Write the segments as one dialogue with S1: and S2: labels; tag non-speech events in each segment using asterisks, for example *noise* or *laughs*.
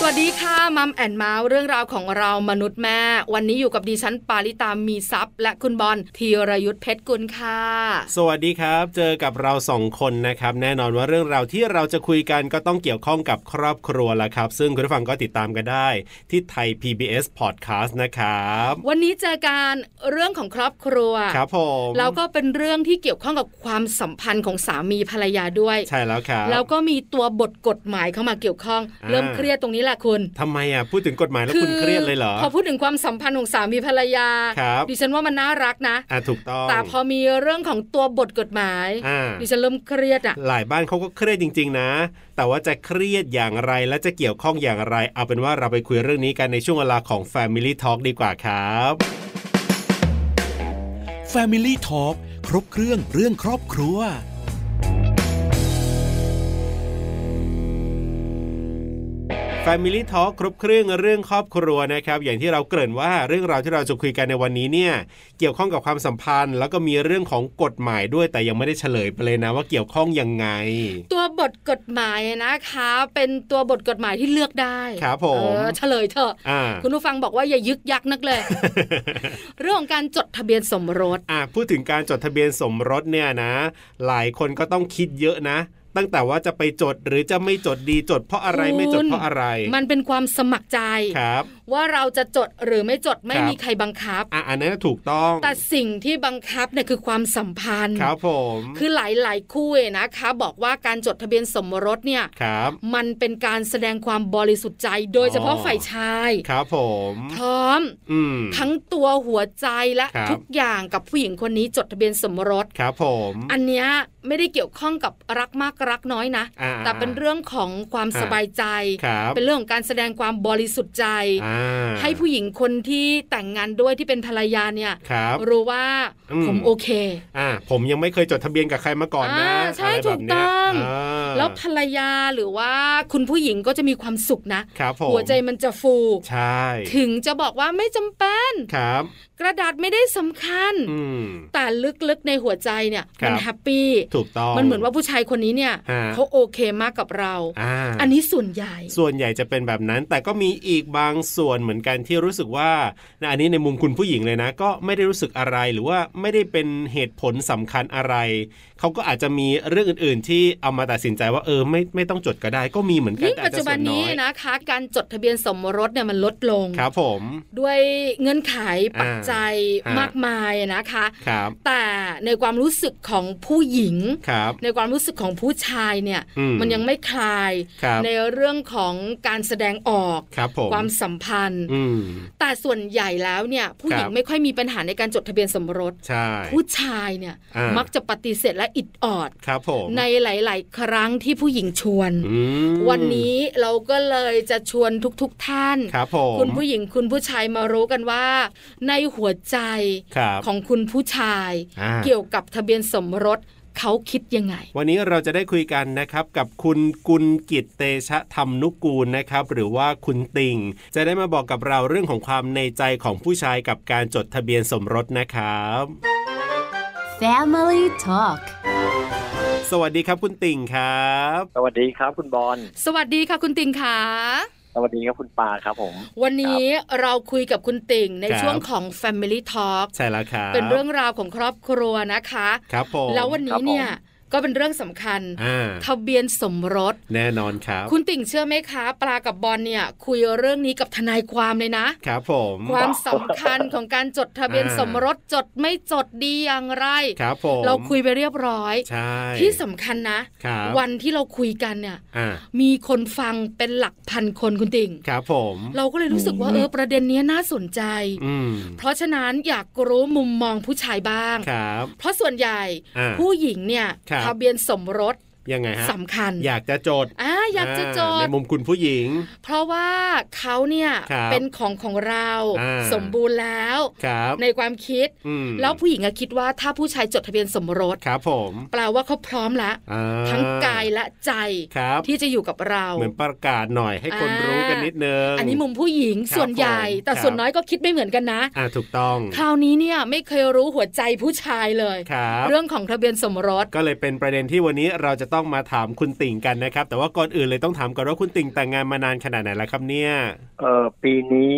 S1: สวัสดีค่ะมัมแอนเมาส์เรื่องราวของเรามนุษย์แม่ วันนี้อยู่กับดิฉันปาริตามีซัพย์ และคุณบอลธีรยุทธเพชรกุลค่ะ
S2: สวัสดีครับ เจอกับเราสองคนนะครับ แน่นอนว่าเรื่องราวที่เราจะคุยกันก็ต้องเกี่ยวข้องกับครอบครัวละครับ ซึ่งคุณผู้ฟังก็ติดตามกันได้ ที่ไทย PBS Podcast นะครับ
S1: วันนี้เจอการเรื่องของครอบครัว
S2: ครับผม
S1: แล้วก็เป็นเรื่องที่เกี่ยวข้องกับความสัมพันธ์ของสามีภรรยาด้วย
S2: ใช่แล้วครับ
S1: แล้วก็มีตัวบทกฎหมายเข้ามาเกี่ยวข้อง
S2: อ่า
S1: เริ่มเครียดตรงนี้แหละคุณ
S2: ทำไมอ่ะพูดถึงกฎหมายแล้วคุณเครียดเลยเหรอ
S1: พอพูดถึงความสัมพันธ์ของสามีภรรยา
S2: ครับ
S1: ดิฉันว่ามันน่ารักนะ
S2: อ่ะถูกต้อง
S1: แต่พอมีเรื่องของตัวบทกฎหมาย
S2: อ่า
S1: ดิฉันเริ่มเครียดอ่ะ
S2: หลายบ้านเขาก็เครียดจริง ๆ นะ แต่ว่าจะเครียดอย่างไรและจะเกี่ยวข้องอย่างไร เอาเป็นว่าเราไปคุยเรื่องนี้กันในช่วงเวลาของ Family Talk ดีกว่าครับ
S3: Family Talk ครบเครื่องเรื่องครอบครัว
S2: Family Talk ครบเครื่องเรื่องครอบครัวนะครับ อย่างที่เราเกริ่นว่าเรื่องราวที่เราจะคุยกันในวันนี้เนี่ย เกี่ยวข้องกับความสัมพันธ์ แล้วก็มีเรื่องของกฎหมายด้วยแต่ยังไม่ได้เฉลยไปเลยนะว่าเกี่ยวข้องยังไง
S1: ตัวบทกฎหมายนะคะ เป็นตัวบทกฎหมายที่เลือกได้
S2: ครับผม
S1: เออเฉลยเถอะ
S2: อ่า
S1: คุณผู้ฟังบอกว่าอย่ายึกยักนักเลย
S2: *laughs*
S1: เรื่องของการจดทะเบียนสมรส
S2: อ่ะพูดถึงการจดทะเบียนสมรสเนี่ยนะ หลายคนก็ต้องคิดเยอะนะ ตั้งแต่ว่าจะไปจดหรือจะไม่จดดีจดเพราะอะไร
S1: คุณ
S2: ไม่จดเพราะอะไร
S1: มันเป็นความสมัครใจ
S2: ครับ
S1: ว่าเราจะจดหรือไม่จดไม่
S2: ครับ
S1: มีใครบังคับ
S2: อ่ะอันนั้นถูกต้อง
S1: แต่สิ่งที่บังคับเนี่ยคือความสัมพันธ์
S2: ครับผม
S1: คือหลายๆคู่เนี่ยนะคะ บอกว่าการจดทะเบียนสมรสเนี่ย
S2: ครับ
S1: มันเป็นการแสดงความบริสุทธิ์ใจ โดยเฉพาะ
S2: อ๋อ
S1: ฝ่ายชาย
S2: ครับผม
S1: พร้อม
S2: อืม
S1: ทั้งตัวหัวใจและ
S2: ครับ
S1: ทุกอย่างกับผู้หญิงคนนี้จดทะเบียนสมรส
S2: ครับผม
S1: อันเนี้ยไม่ได้เกี่ยวข้องกับรักมากรักน้อยนะ
S2: อ่า
S1: แต่เป็นเรื่องของความ
S2: อ่า
S1: สบายใจ
S2: ครับ
S1: เป็นเรื่องของการแสดงความบริสุทธิ์ใจ
S2: อ่า
S1: ให้ผู้หญิงคนที่แต่งงานด้วยที่เป็นภรรยาเนี่ย
S2: ครับ
S1: รู้ว่า
S2: อืม
S1: ผมโอเค
S2: อ่าผมยังไม่เคยจดทะเบียนกับใครมาก่อนนะ
S1: อ่าใช่
S2: ะไรแบบ
S1: ถูก
S2: เนี้ย
S1: ต้อง
S2: อ่า
S1: แล้วภรรยาหรือว่าคุณผู้หญิงก็จะมีความสุขนะ
S2: ครับผม
S1: หัวใจมันจะฟู
S2: ใช่
S1: ถึงจะบอกว่าไม่จำเป็น
S2: ครับ
S1: กระดาษไม่ได้สำคัญ
S2: อืม
S1: แต่ลึกๆในหัวใจเนี่ย
S2: ครั
S1: มั
S2: บ
S1: แฮปปี้
S2: ถูกต้อง
S1: มันเหมือนว่าผู้ชายคนนี้เนี่ย
S2: ฮะ
S1: เขาโอเคมากกับเรา
S2: อ่า
S1: อันนี้ส่วนใหญ่
S2: ส่วนใหญ่จะเป็นแบบนั้น แต่ก็มีอีกบางส่วนเหมือนกันที่รู้สึกว่านะอันนี้ในมุมคุณผู้หญิงเลยนะ ก็ไม่ได้รู้สึกอะไรหรือว่าไม่ได้เป็นเหตุผลสำคัญอะไร เขาก็อาจจะมีเรื่องอื่น ๆ ที่เอามาตัดสินใจว่าเออไม่ไม่ต้องจดก็ได้ ก็มีเหมือนกัน
S1: ยิ่ง
S2: แต่
S1: ปั
S2: อา
S1: จ
S2: จจะ
S1: จุ
S2: ส่
S1: บั
S2: วน นน้
S1: นี้
S2: อย
S1: นะคะการจดทะเบียนสมรสเนี่ยมันลดลง
S2: ครับผม
S1: ด้วยเงื่อนไขปัจจัย
S2: อ่าม
S1: มากมายนะคะ
S2: ครับ
S1: แต่ในความรู้สึกของผู้หญิง
S2: ครับ
S1: ในความรู้สึกของผู้ชายเนี่ย
S2: อืม
S1: มันยังไม่คลาย
S2: ครับ
S1: ในเรื่องของการแสดงออก
S2: ครับผม
S1: ความสัมพันธ์
S2: อืม
S1: แต่ส่วนใหญ่แล้วเนี่ยผู้หญิง
S2: ครับ
S1: ไม่ค่อยมีปัญหาในการจดทะเบียนสมรส
S2: ใช่
S1: ผู้ชายเนี่ย
S2: อ่ามั
S1: มักจะปฏิเสธและอิดออด
S2: ครับผม
S1: ในหลาย ๆ ครั้งที่ผู้หญิงชวน
S2: อืม
S1: วันนี้เราก็เลยจะชวนทุก ๆ ท่าน
S2: ครับผม
S1: คุณผู้หญิงคุณผู้ชายมารู้กันว่า ในหัวใจ
S2: ครับ
S1: ของคุณผู้ชาย
S2: อ่า
S1: เกี่ยวกับทะเบียนสมรสเขาคิดยังไง
S2: วันนี้เราจะได้คุยกันนะครับ กับคุณกุลกิจเตชะธรรมนุกูลนะครับ หรือว่าคุณติงจะได้มาบอกกับเราเรื่องของความในใจของผู้ชายกับการจดทะเบียนสมรสนะครับ
S4: Family Talk
S2: สวัสดีครับคุณติงครับ
S5: สวัสดีครับคุณบอล
S1: สวัสดีค่ะคุณติงค่ะ
S5: สวัสดีครับคุณปาครับผม
S1: วันนี้เราคุยกับคุณติงใน
S2: ครับ
S1: ช่วงของ Family Talk
S2: ใช่แล้วครับ
S1: เป็นเรื่องราวของครอบครัวนะคะ
S2: ครับผม
S1: แล้ววัน
S5: ครั
S1: นี้
S5: บผม
S1: เนี่ยก็เป็นเรื่องสำคัญ
S2: อ่า
S1: ทะเบียนสมรส
S2: แน่นอนครับ
S1: คุณติ่งเชื่อไหมคะ ปลากับบอลเนี่ย คุยเรื่องนี้กับทนายความเลยนะ
S2: ครับผม
S1: ความสำคัญของการจดทะเบียน
S2: อ่า
S1: สมรสจดไม่จดดีอย่างไร
S2: ครับผม
S1: เราคุยไปเรียบร้อย
S2: ใช่
S1: ที่สำคัญนะ
S2: ครับ
S1: วันที่เราคุยกันเนี่ย
S2: อ่า
S1: มีคนฟังเป็นหลักพันคนคุณติ่ง
S2: ครับผม
S1: เราก็เลยรู้สึกว่าเออประเด็นเนี้ยน่าสนใจ
S2: อืม
S1: เพราะฉะนั้นอยากรู้มุมมองผู้ชายบ้าง
S2: ครับ
S1: เพราะส่วนใหญ่
S2: อ่า
S1: ผู้หญิงเนี่ย
S2: ครับ
S1: ทะเบียนสมรส
S2: ยังไงฮะ
S1: สำคัญ
S2: อยากจะจด
S1: อ่า อยากจะจ
S2: อ่าใน
S1: ด
S2: มุมคุณผู้หญิง
S1: เพราะว่าเขาเนี่ย
S2: ครับ
S1: เป็นของของเรา
S2: อ่า
S1: สมบูรณ์แล้ว
S2: ครับ
S1: ในความคิด
S2: อืม
S1: แล้วผู้หญิงอะคิดว่าถ้าผู้ชายจดทะเบียนสมรส
S2: ครับผม
S1: แปลว่าเขาพร้อมละ
S2: อ่า
S1: ทั้งกายและใจ
S2: ครับ
S1: ที่จะอยู่กับเรา
S2: เหมือนประกาศหน่อยให้คน
S1: อ่า
S2: รู้กันนิดนึง
S1: อันนี้มุมผู้หญิง
S2: ครับ
S1: ส่วนใหญ่
S2: ผม
S1: แต่
S2: ครับ
S1: ส่วนน้อยก็คิดไม่เหมือนกันนะ
S2: อ่าถูกต้อง
S1: คราวนี้เนี่ยไม่เคยรู้หัวใจผู้ชายเลย
S2: ครับ
S1: เรื่องของทะเบียนสมรส
S2: ก็เลยเป็นประเด็นที่วันนี้เราจะต้องมาถามคุณติ่งกันนะครับ แต่ว่าก่อนอื่นเลยต้องถามก่อนว่าคุณติ่งแต่งงานมานานขนาดไหนแล้วครับเนี่ย
S5: เออปีนี้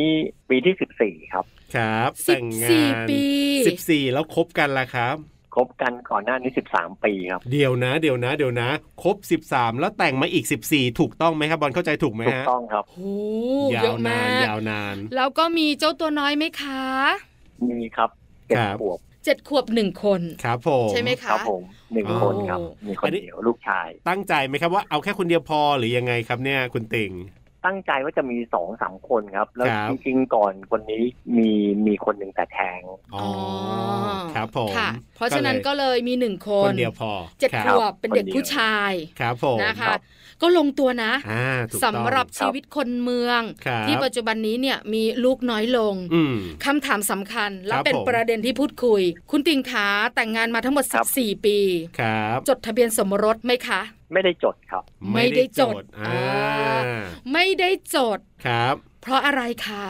S5: ปีที่สิบสี่ครับ
S2: ครับ
S1: สิบ
S2: แต่งงา
S1: สี่
S2: น
S1: ปี
S2: สิบสี่แล้วคบกันละครับ
S5: คบกันก่อนหน้านี้สิบสามปีครับ
S2: เดี๋ยวนะ เดี๋ยวนะ เดี๋ยวนะ ครบ 13 แล้วแต่งมาอีก 14 ถูกต้องไหมครับบอลเข้าใจถูกไหม
S5: ถูก
S2: ฮะ
S5: ต้องครับ
S1: โห
S2: ยา
S1: เยอะ
S2: วนาม
S1: าน ก
S2: ยาวนาน
S1: แล้วก็มีเจ้าตัวน้อยไหมคะ
S5: มีครับเจ็ด
S2: ครับ
S5: ขวบ
S1: เจ็ดขวบหนึ่งคน
S2: ครับผม
S1: ใช่ไหมคะ
S5: ครับผมหนึ่ง
S2: อ๋อ
S5: คนครับ มีค
S2: อั
S5: น
S2: นนี้
S5: เดียวลูกชาย
S2: ตั้งใจไหมครับว่าเอาแค่คนเดียวพอหรือยังไงครับเนี่ยคุณติ่ง
S5: ตั้งใจว่าจะมีสองสามคนครับ แล้ว
S2: ครับ
S5: จริงๆก่อนคนนี้มีมีคนหนึ่งแต่แทง
S2: อ๋ออครับผม
S1: ค่ะ เพราะฉะนั้นก็เลยมีหนึ่งค
S2: คน นเดียวพอ
S1: เจ็ด
S2: ครั
S1: ข
S2: บ
S1: วบเป็นเด็กผู้ชาย
S2: ครับผม
S1: นะคะ
S5: ครับ
S1: ก็ลงตัวนะ
S2: อ่าถูกต้อง
S1: สำหรับชีวิตคนเมือง
S2: ครับ
S1: ที่ปัจจุบันนี้เนี่ยมีลูกน้อยลง
S2: อืม
S1: คำถามสำคัญ และ
S2: ครับ
S1: เป็น
S2: ผม
S1: ประเด็นที่พูดคุย คุณติงขาแต่งงานมาทั้งหมด
S5: ครับ
S1: 14 ปี
S2: ครับ
S1: จดทะเบียนสมรสไหมคะ
S5: ไม่ได้จดครับ
S1: ไม่ได้จดอ
S2: อ่า
S1: ่ ไม่ได้จด
S2: ครับ
S1: เพราะอะไรคะ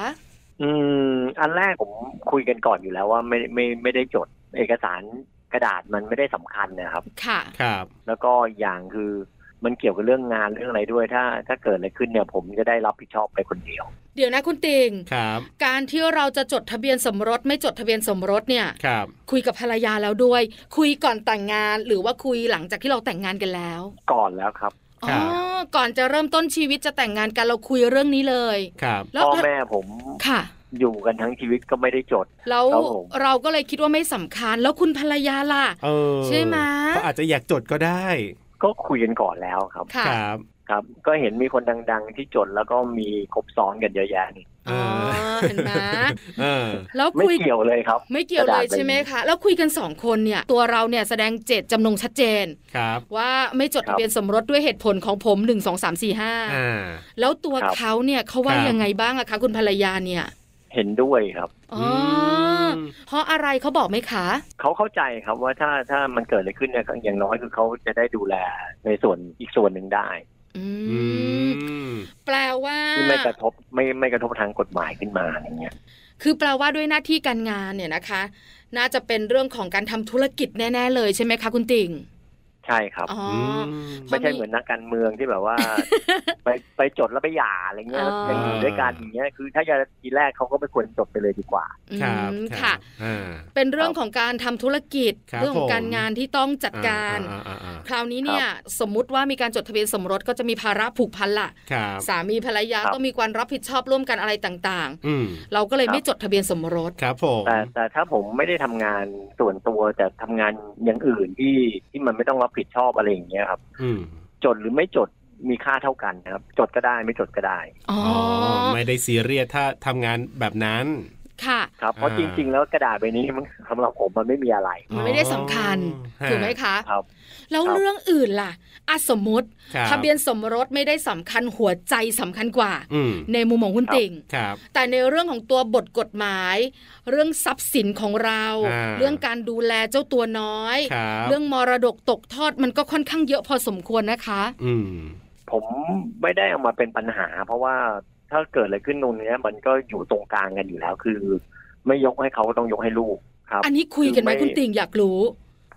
S5: อืมอันแรกผมคุยกันก่อนอยู่แล้วว่าไม่ไม่ไม่ได้จด เอกสารกระดาษมันไม่ได้สำคัญนะครับ
S1: ค่ะ
S2: ครับ
S5: แล้วก็อีกอย่างคือมันเกี่ยวกับเรื่องงานเรื่องอะไรด้วย ถ้าถ้าเกิดอะไรขึ้นเนี่ย ผมจะได้รับผิดชอบไปคนเดียว
S1: เดี๋ยวนะคุณติง
S2: ครับ
S1: การที่เราจะจดทะเบียนสมรสไม่จดทะเบียนสมรสเนี่ย
S2: ครับ
S1: คุยกับภรรยาแล้วด้วย คุยก่อนแต่งงานหรือว่าคุยหลังจากที่เราแต่งงานกันแล้ว
S5: ก่อนแล้วครับ
S1: อ๋อ
S2: ครับ
S1: ก่อนจะเริ่มต้นชีวิตจะแต่งงานกันเราคุยเรื่องนี้เลย
S2: ครับ
S1: แล้ว
S5: พ่อแม่ผม
S1: ค่ะ
S5: อยู่กันทั้งชีวิตก็ไม่ได้จด
S1: แล้ว
S5: ครับผม
S1: เราก็เลยคิดว่าไม่สำคัญ แล้วคุณภรรยาล่ะ
S2: เออ
S1: ใช่ไหม
S2: เขาอาจจะอยากจดก็ได้
S5: ก็คุยกันก่อนแล้วครับ
S1: ค่ะ
S2: ครับ
S5: ครับ ก็เห็นมีคนดัง ๆ ที่จดแล้วก็มีครบซ้อนกันเยอะแยะนี่
S1: อ๋อเห็นไหม
S2: เออ
S1: แล้ว
S5: ไม่
S1: คุย
S5: เกี่ยวเลยครับ
S1: ไม่เกี่ยวเลยใช่ไหมคะ แล้วคุยกันสองคนเนี่ย ตัวเราเนี่ยแสดงเจตจำนงชัดเจน
S2: ครับ
S1: ว่าไม่จดทะเบียนสมรสด้วยเหตุผลของผมหนึ่งสองสามสี่ห้า
S2: อ่า
S1: แล้วตัว
S5: ครับ
S1: เขาเนี่ยเขาว่า
S2: ครับ
S1: ยังไงบ้างอะคะ คุณภรรยาเนี่ย
S5: เห็นด้วยครับ
S1: อ๋ออ
S2: ม
S1: เพราะอะไรเขาบอกไหมคะ
S5: เขาเข้าใจครับว่าถ้าถ้ามันเกิดอะไรขึ้นเนี่ยอย่างน้อยคือเขาจะได้ดูแลในส่วนอีกส่วนหนึ่งได้
S1: อื
S2: อื
S1: ม
S2: ม
S1: แปลว่า
S5: ที่ไม่กระทบไม่ไม่กระทบทางกฎหมายขึ้นมาอย่างเงี้ย
S1: คือแปลว่าด้วยหน้าที่การงานเนี่ยนะคะ น่าจะเป็นเรื่องของการทำธุรกิจแน่ ๆ เลยใช่ไหมคะคุณติ่ง
S5: ใช่ครับ
S1: อ๋อ
S5: ไม่ใช่เหมือนนักการเมืองที่ *laughs* แบบว่า ไปไปจดแล้วไปหย่าอะไรเงี้ย
S1: อ๋อ
S5: ยังอยู่ด้วยกันอย่างเงี้ยคือ ถ้าจะทีแรกเขาก็ไม่ควรจดไปเลยดีกว่า
S1: อืม
S2: ครับ
S1: ค่ะ
S2: อ่า
S1: เป็นเรื่องของการทำธุรกิจ
S2: ครับ
S1: เรื่องของ
S2: ผม
S1: การงานที่ต้องจัดการ
S2: อ่อ่าอ่าอ่า
S1: คราวนี้เนี่ย สมมุติว่ามีการจดทะเบียนสมรสก็จะมีภาระผูกพันละ
S2: ครับ
S1: สามีภรรยา
S5: ครับ
S1: ต้องมีการรับผิดชอบร่วมกันอะไรต่าง
S2: อืม
S1: ๆ เราก็เลย
S5: ครับ
S1: ไม่จดทะเบียนสมรส
S2: ครับผม
S5: แต่แต่ถ้าผมไม่ได้ทำงานส่วนตัวแต่ทำงานอย่างอื่นที่ที่มันไม่ต้องรับผิดชอบอะไรอย่างเงี้ยครับ
S2: อืม
S5: จดหรือไม่จดมีค่าเท่ากันนะครับ จดก็ได้ไม่จดก็ได้
S1: อ๋อ
S2: อ๋อ
S1: อ
S2: ไม่ได้ซีเรียสถ้าทำงานแบบนั้น
S1: ค่ะ
S5: ครับเพราะ
S2: อ่า
S5: จริง ๆ แล้วกระดาษใบนี้มันสำหรับผมมันไม่มีอะไร
S1: มันไม่ได้สำคัญ
S2: อ๋อ
S1: ถูกไหมคะ
S5: ครับ
S1: แล้ว
S5: ครับ
S1: เรื่องอื่นล่ะอะสมมติ
S2: ครั
S1: ทะเบียนสมรสไม่ได้สำคัญหัวใจสำคัญกว่า
S2: อืม
S1: ในมุมของคุณติ่ง
S2: ครับ
S1: แต่ในเรื่องของตัวบทกฎหมาย เรื่องทรัพย์สินของเรา
S2: อ่า
S1: เรื่องการดูแลเจ้าตัวน้อย
S2: ครับ
S1: เรื่องมรดกตกทอดมันก็ค่อนข้างเยอะพอสมควรนะคะ
S2: อืม
S5: ผมไม่ได้เอามาเป็นปัญหา เพราะว่าถ้าเกิดอะไรขึ้นตรงเนี้ย มันก็อยู่ตรงกลางกันอยู่แล้ว คือ ไม่ยกให้เขาก็ต้องยกให้ลูกครับ
S1: อันนี้คุยกันไหม
S5: คือไม่
S1: คุณติ่งอยากรู้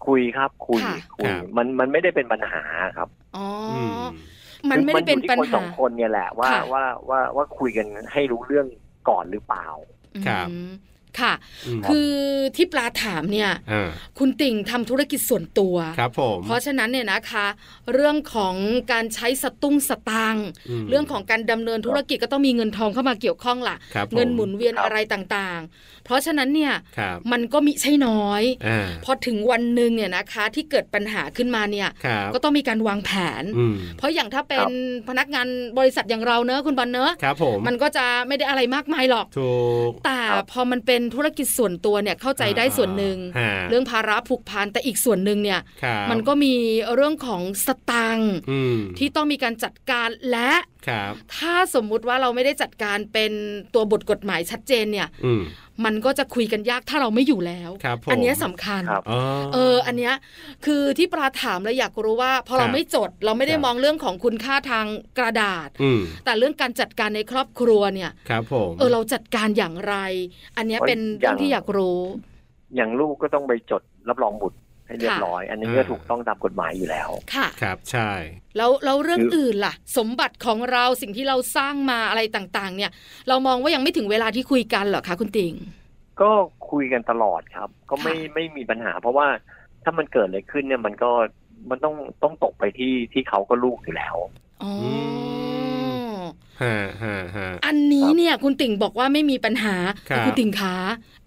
S5: คุยครับคุย
S1: ค่ะ
S5: คุย
S2: ครับ
S5: มันมันไม่ได้เป็นปัญหาครับ
S1: อ๋ออ
S2: ม
S1: มันไม่ได้เป็นปัญ
S5: คือมัอยู่ที่คนส
S1: หา
S5: องคนเนี่ยแหละว่า
S1: ค่ะ
S5: ว่าว่าว่าคุยกันให้รู้เรื่องก่อนหรือเปล่า
S2: ครับ
S1: อืมค่ะ
S2: ม
S1: คือที่ปลาถามเนี่ย
S2: อ่า
S1: คุณติ่งทำธุรกิจส่วนตัว
S2: ครับผม
S1: เพราะฉะนั้นเนี่ยนะคะ เรื่องของการใช้สตุ้งสตางค์
S2: ม
S1: เรื่องของการดำเนินธุรกิจก็ต้องมีเงินทองเข้ามาเกี่ยวข้องล่ะ
S2: ครับผ
S1: เงินหมุนเวียน
S5: ครับ
S1: อะไรต่างๆ เพราะฉะนั้นเนี่ย
S2: ครับ
S1: มันก็มิใช่น้อย
S2: อ่า
S1: พอถึงวันหนึ่งเนี่ยนะคะ ที่เกิดปัญหาขึ้นมาเนี่ย
S2: ครับ
S1: ก็ต้องมีการวางแผน
S2: อืม
S1: เพราะอย่างถ้าเป็
S5: ครั
S1: น
S5: บ
S1: พนักงานบริษัทอย่างเราเนอะคุณบอลเนอะ
S2: ครับผม
S1: มันก็จะไม่ได้อะไรมากมายหรอก
S2: ถูก
S1: แต่
S5: ครับ
S1: พอมันเป็น เป็นธุรกิจส่วนตัวเนี่ยเข้าใจได้ส่วนหนึ่ง
S2: ฮะ
S1: เรื่องภาระผูกพันแต่อีกส่วนหนึ่งเนี่ย
S2: ครับ
S1: มันก็มีเรื่องของสตังค์
S2: อืม
S1: ที่ต้องมีการจัดการและ
S2: ครับ
S1: ถ้าสมมุติว่าเราไม่ได้จัดการเป็นตัวบทกฎหมายชัดเจนเนี่ย
S2: อืม
S1: มันก็จะคุยกันยากถ้าเราไม่อยู่แล้ว
S2: ครับผม
S1: อัเนี้ยสำคัญ
S5: ครับ
S2: อ๋อ
S1: เออ อันเนี้ยคือที่ปลาถามเลยอยากรู้ว่า พอเรา
S2: ครับ
S1: ไม่จดเราไม่ได้
S2: ครับ
S1: มองเรื่องของคุณค่าทางกระดาษ
S2: อืม
S1: แต่เรื่องการจัดการในครอบครัวเนี่ย
S2: ครับผม
S1: เออเราจัดการอย่างไร อันเนี้ยเป็น
S5: โอ้ย
S1: เรื่อง
S5: อย่าง
S1: ที่อยากรู้
S5: อย่างลูกก็ต้องไปจดรับรองบุตรให้เรียบ
S1: ค่ะ
S5: ร้อย อันนี้
S2: อ่า
S5: ก็ถูกต้องตามกฎหมายอยู่แล้ว
S1: ค่ะ
S2: ครับใช่
S1: แล้วแล้วเรื่อง
S5: คืออื่
S1: อื่นล่ะ สมบัติของเราสิ่งที่เราสร้างมาอะไรต่างๆ เนี่ย เรามองว่ายังไม่ถึงเวลาที่คุยกันเหรอคะคุณติง
S5: ก็คุยกันตลอดครับ ก็ไม่ไม่มีปัญหา เพราะว่าถ้ามันเกิดอะไรขึ้นเนี่ยมันก็มันต้องต้องตกไปที่ที่เขาก็ลูกอยู่แล้ว
S1: อ๋อ
S2: ม ฮะฮะฮะ
S1: อันนี้
S5: ครับ
S1: เนี่ยคุณติ่งบอกว่าไม่มีปัญหา
S2: ครับ
S1: แต่คุณติ่งขา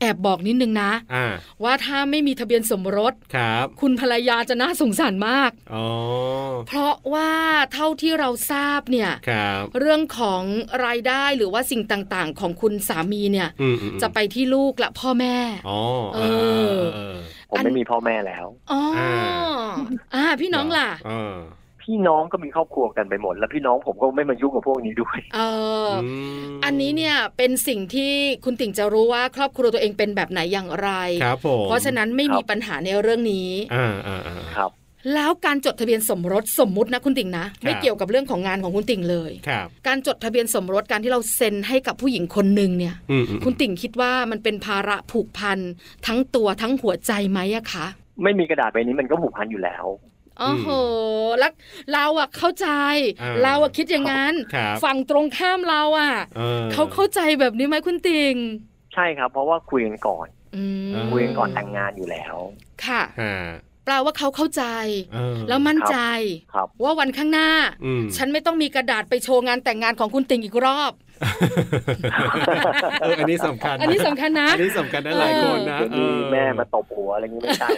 S1: แอบบอกนิดนึงนะ
S2: อ่า
S1: ว่าถ้าไม่มีทะเบียนสมรส
S2: ครับ
S1: คุณภรรยาจะน่าสงสารมาก
S2: อ๋อ
S1: เพราะว่าเท่าที่เราทราบเนี่ย
S2: ครับ
S1: เรื่องของรายได้หรือว่าสิ่งต่างๆ ของคุณสามีเนี่ย
S2: อืมอืมอืม
S1: จะไปที่ลูกและพ่อแม่
S2: อ๋อ
S1: เออ
S2: เออ
S5: ผม
S1: อัน
S5: ไม่มีพ่อแม่แล้ว
S1: อ๋อ
S2: อ่า
S1: อ่าพี่น้องล่ะ
S2: เออ
S5: พี่น้องก็มีครอบครัวกันไปหมด แล้วพี่น้องผมก็ไม่มายุ่งกับพวกนี้ด้วย
S1: เอออ
S2: ม
S1: อันนี้เนี่ยเป็นสิ่งที่คุณติ่งจะรู้ว่าครอบครัวตัวเองเป็นแบบไหนอย่างไร
S2: ครับผม
S1: เพราะฉะนั้นไม่มีปัญหาในเรื่องนี้
S2: อ่าอ่าอ่า
S5: ครับ
S1: แล้วการจดทะเบียนสมรสสมมุตินะคุณติ่งนะ ไม่
S2: ครับ
S1: เกี่ยวกับเรื่องของงานของคุณติ่งเลย
S2: ครับ
S1: การจดทะเบียนสมรสการที่เราเซ็นให้กับผู้หญิงคนหนึ่งเนี่ย
S2: อืมอืม
S1: คุณติ่งคิดว่ามันเป็นภาระผูกพันทั้งตัวทั้งหัวใจไหมอะคะ
S5: ไม่มีกระดาษใบนี้มันก็ผูกพันอยู่แล้ว
S1: อ๋อโหแล้วเราอะเข้าใจ
S2: า
S1: เราอะคิดอย่างนั้น
S2: ครับ
S1: ฝั่งตรงข้ามเราอะ
S2: ออ
S1: เขาเข้าใจแบบนี้ไหมคุณติ่ง
S5: ใช่ครับ เพราะว่าคุยกันก่อน
S1: อืม
S2: อืม
S5: คุยกันก่อนแต่งงานอยู่แล้ว
S1: ค่ะ
S2: ฮะ
S1: แปลว่าเขาเข้าใจ
S2: เออ
S1: แล้วมั่นใจ
S5: ครับ
S1: ว่าวันข้างหน้า
S2: อืม
S1: ฉันไม่ต้องมีกระดาษไปโชว์งานแต่งงานของคุณติ่งอีกรอบ
S2: เอออันนี้สำคัญะ
S1: อันนี้สำคัญนะ
S2: อันนี้สำคัญนะหลายคนนะ
S5: จะ
S2: เอ
S5: มี
S2: อ
S5: แม่มาตบหัวอะไรอย่างนี้ไม่ใช่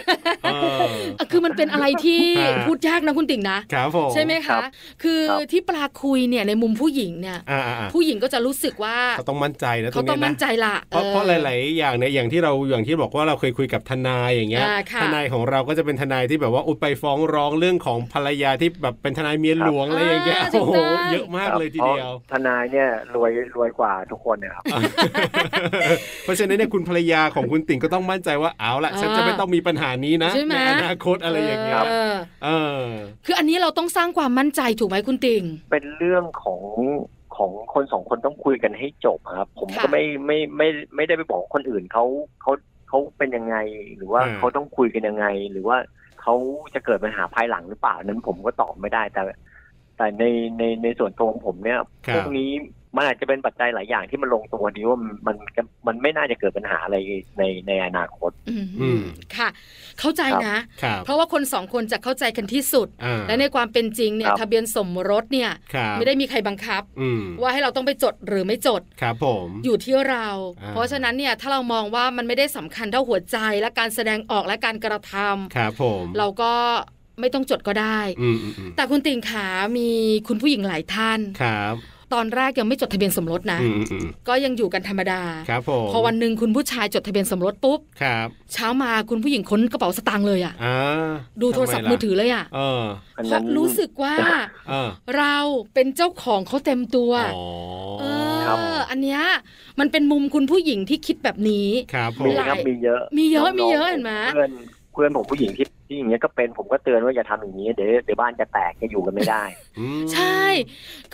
S2: เออ
S1: อ่ะคือมันเป็นอะไรที่
S2: ฮะ
S1: พูดยากนะคุณติ่งนะ
S2: ครับผม
S1: ใช่ไหม
S5: ครั
S1: คะ
S5: บ
S1: คือ
S5: ครับ
S1: ที่ปลาคุยเนี่ยในมุมผู้หญิงเนี่ย
S2: อ่าอ่าอ่า
S1: ผู้หญิงก็จะรู้สึกว่า
S2: เขาต้องมั่นใจนะตร
S1: เขา
S2: ง
S1: ต้อง
S2: เนี้ย
S1: มั่
S2: นะ
S1: นใจละ
S2: เพราะ
S1: ออ
S2: เพราะหลาย ๆ อย่างเนี่ยอย่างที่เราอย่างที่บอกว่าเราเคยคุยกับทนายอย่างเงี้ย
S1: อ่าค่ะ
S2: ทนายของเราก็จะเป็นทนายที่แบบว่าอุยไปฟ้องร้องเรื่องของภรรยาที่แบบเป็นทนายเมียหลวงอะไรอย่างเงี้ย
S1: อ่าถูก
S2: โอ้โห
S1: ต้อง
S2: เยอะมากเลยทีเดียว
S5: พราะทนายเนี่ยรวยรวยกว่าทุกคนนะครับ
S2: *laughs* เพราะฉะนั้นเนี่ยคุณภรรยาของคุณติ่งก็ต้องมั่นใจว่าเอาละฉันจะไม่ต้องมีปัญหานี้นะ
S1: ใช่ไหม
S2: ในอนาคตอะไรอย่างเงี้ย
S1: ออ
S2: เออ
S1: คืออันนี้เราต้องสร้างความมั่นใจถูกไหมคุณติ่ง
S5: เป็นเรื่องของของคนสองคนต้องคุยกันให้จบครับ ผมก็
S1: ค่ะ
S5: ไม่ไม่ไม่ไม่ได้ไปบอกคนอื่นเขาเขาเขาเป็นยังไง หรือว่า
S2: อ่า
S5: เขาต้องคุยกันยังไง หรือว่าเขาจะเกิดปัญหาภายหลังหรือเปล่านั้นผมก็ตอบไม่ได้แต่ แต่ในในในส่วนตัวของผมเนี่ยพวกนี้มันอาจจะเป็นปัจจัยหลายอย่างที่มันลงตัวดีว่ามันมันมันไม่น่าจะเกิดปัญหาอะไรในในอนาคต
S1: อืม
S2: อืม
S1: ค่ะ เข้าใจนะ
S2: ครับ
S1: เพราะว่าคนสองคนจะเข้าใจกันที่สุด
S2: อ่า
S1: และในความเป็นจริงเนี่ย
S5: ครับ
S1: ทะเบียนสมรสเนี่ย
S2: ครับ
S1: ไม่ได้มีใครบังคับ
S2: อืม
S1: ว่าให้เราต้องไปจดหรือไม่จด
S2: ครับผม
S1: อยู่ที่เรา
S2: อ่า
S1: เพราะฉะนั้นเนี่ยถ้าเรามองว่ามันไม่ได้สำคัญเท่าหัวใจและการแสดงออกและการกระทำ
S2: ครับผม
S1: เราก็ไม่ต้องจดก็ได้
S2: อืมอืมอืม
S1: แต่คุณติ่งขามีคุณผู้หญิงหลายท่าน
S2: ครับ
S1: ตอนแรกยังไม่จดทะเบียนสมรสนะ
S2: อืมอืมอืม
S1: ก็ยังอยู่กันธรรมดา
S2: ครับผม
S1: พอวันหนึ่งคุณผู้ชายจดทะเบียนสมรสปุ๊บ
S2: ครับ
S1: เช้ามาคุณผู้หญิงค้นกระเป๋าสตางค์เลยอะ
S2: อ่า
S1: ดูโทรศัพท์มือถือเลยอะ
S2: เออ
S5: อัน
S1: เพ
S5: นั้
S1: ราะ
S5: น
S1: รู้สึกว่า
S2: เออ
S1: เราเป็นเจ้าของเขาเต็มตัว
S2: อ๋อ
S1: เอ
S5: ครับ
S1: อ อันเนี้ยมันเป็นมุมคุณผู้หญิงที่คิดแบบนี้
S2: ครับผ
S5: มี
S2: ม
S1: ห
S5: ค
S1: ลา
S5: รับ
S1: ย
S5: มีเยอะ
S1: มีเยอะมีเยอะ
S5: งๆ
S1: เห็นไหม
S5: เพื่อนเพื่อนผมผู้หญิงที่ที่อย่างเงี้ยก็เป็นผมก็เตือนว่าอย่าทำอย่างนี้เดี๋ยวเดี๋ยวบ้านจะแตกจะอยู่กันไม่ได้
S1: *laughs*
S2: อืม
S1: ใช่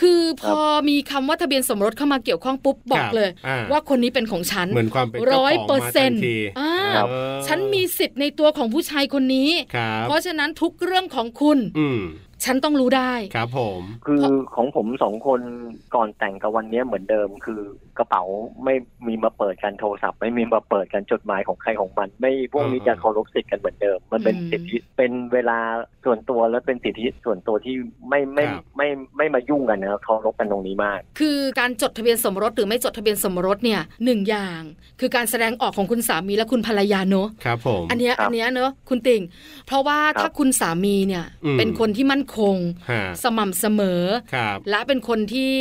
S1: คือพอมีคำว่าทะเบียนสมรสเข้ามาเกี่ยวข้องปุ๊บบอกเลย
S2: คบ
S1: ว่าคนนี้เป็นของฉัน
S2: อ่าเหมือนความเป็นจ้าขง
S1: ร้อยเปอร์เซ็นต์
S2: มาทัที
S1: อ่า
S2: เออ
S1: ฉันมีสิทธิ์ในตัวของผู้ชายคนนี้
S2: ครับ
S1: เพราะฉะนั้นทุกเรื่องของคุณ
S2: อืม
S1: ฉันต้องรู้ได้
S2: ครับผม
S5: คือของผมสองคนก่อนแต่งกับวันเนี้ยเหมือนเดิม คือกระเป๋าไม่มีมาเปิดกันโทรศัพท์ ไม่มีมาเปิดกันจดหมายของใครของมัน ไม่พวกนี้จะเคารพสิทธิ์กันเหมือนเดิม มันเป็น
S1: อืม
S5: สิทธิเป็นเวลาส่วนตัวและเป็นสิทธิส่วนตัวที่ไม่ไม่ไม่ไม่มายุ่งกันนะครับเคารพกันตรงนี้มาก
S1: คือการจดทะเบียนสมรสหรือไม่จดทะเบียนสมรสเนี่ยหนึ่งอย่าง คือการแสดงออกของคุณสามีและคุณภรรยาเนอะ
S2: ครับผม
S1: อันเนี้ย
S5: ครับ
S1: อันเนี้ยเนอะคุณติ่ง เพราะว่า
S5: ครับ
S1: ถ้าคุณสามีเนี่ย
S2: อืม
S1: เป็นคนที่มั่นคง
S2: ฮะ
S1: สม่ำเสมอ
S2: ครับ
S1: และเป็นคนที่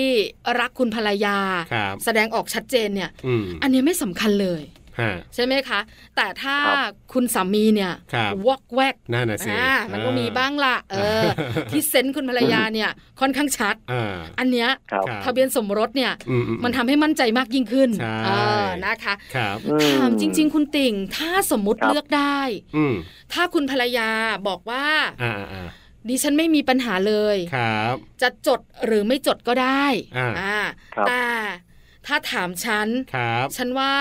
S1: รักคุณภรรยา
S2: ครับ
S1: แสดงออกชัดเจนเนี่ย
S2: อืม
S1: อันเนี้ยไม่สำคัญเลย
S2: ฮะ
S1: ใช่ไหมคะ แต่ถ้า
S5: ครับ
S1: คุณสามีเนี่ย
S2: ครับ
S1: วอกแวก
S2: นั่นน่ะสิ
S1: อ่ามันก็มีบ้างละเออ ที่เซนส์คุณภรรยาเนี่ยค่อนข้างชัด
S2: อ่า
S1: อันเนี้ย
S5: ครับ
S2: ครับ
S1: ทะเบียนสมรสเนี่ย
S2: อือื
S1: มันทำให้มั่นใจมากยิ่งขึ้น
S2: ใช่
S1: เออนะคะ
S2: ครับ
S5: อืม
S1: ถามจริง ๆ คุณติ่ง ถ้าสมมุติ
S5: ครับ
S1: เลือกได้
S2: อืม
S1: ถ้าคุณภรรยาบอกว่า
S2: อ่าอ่าอ่า
S1: ดิฉันไม่มีปัญหาเลย
S2: ครับ
S1: จะจดหรือไม่จดก็ได้
S2: อ่า
S1: อ่า
S5: ครับ
S1: แต่ถ้าถามฉัน
S2: ครับ
S1: ฉันว่า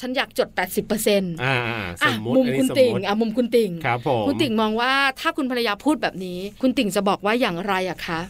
S1: ฉันอยากจด 80%เปอร์เซ็นต์
S2: อ่าอ่าสมมติ
S1: มุม
S2: อันนี้
S1: คุณ
S2: สม
S1: ติ่ง
S2: มติ
S1: อ่ะมุมคุณติ่ง
S2: ครับผม
S1: คุณติ่งมองว่าถ้าคุณภรรยาพูดแบบนี้ คุณติ่งจะบอกว่าอย่างไรอะคะ